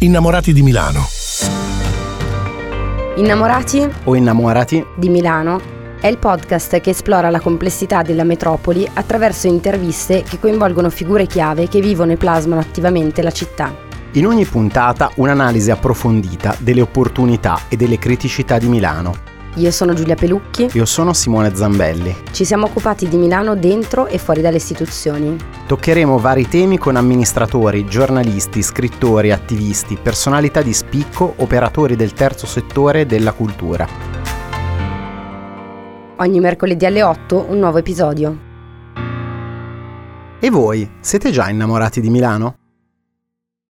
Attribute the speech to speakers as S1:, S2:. S1: Innamorati di Milano.
S2: Innamorati
S3: o innamorati
S2: di Milano è il podcast che esplora la complessità della metropoli attraverso interviste che coinvolgono figure chiave che vivono e plasmano attivamente la città.
S3: In ogni puntata un'analisi approfondita delle opportunità e delle criticità di Milano.
S2: Io sono Giulia Pelucchi.
S3: Io sono Simone Zambelli.
S2: Ci siamo occupati di Milano dentro e fuori dalle istituzioni.
S3: Toccheremo vari temi con amministratori, giornalisti, scrittori, attivisti, personalità di spicco, operatori del terzo settore e della cultura.
S2: Ogni mercoledì alle 8 un nuovo episodio.
S3: E voi, siete già innamorati di Milano?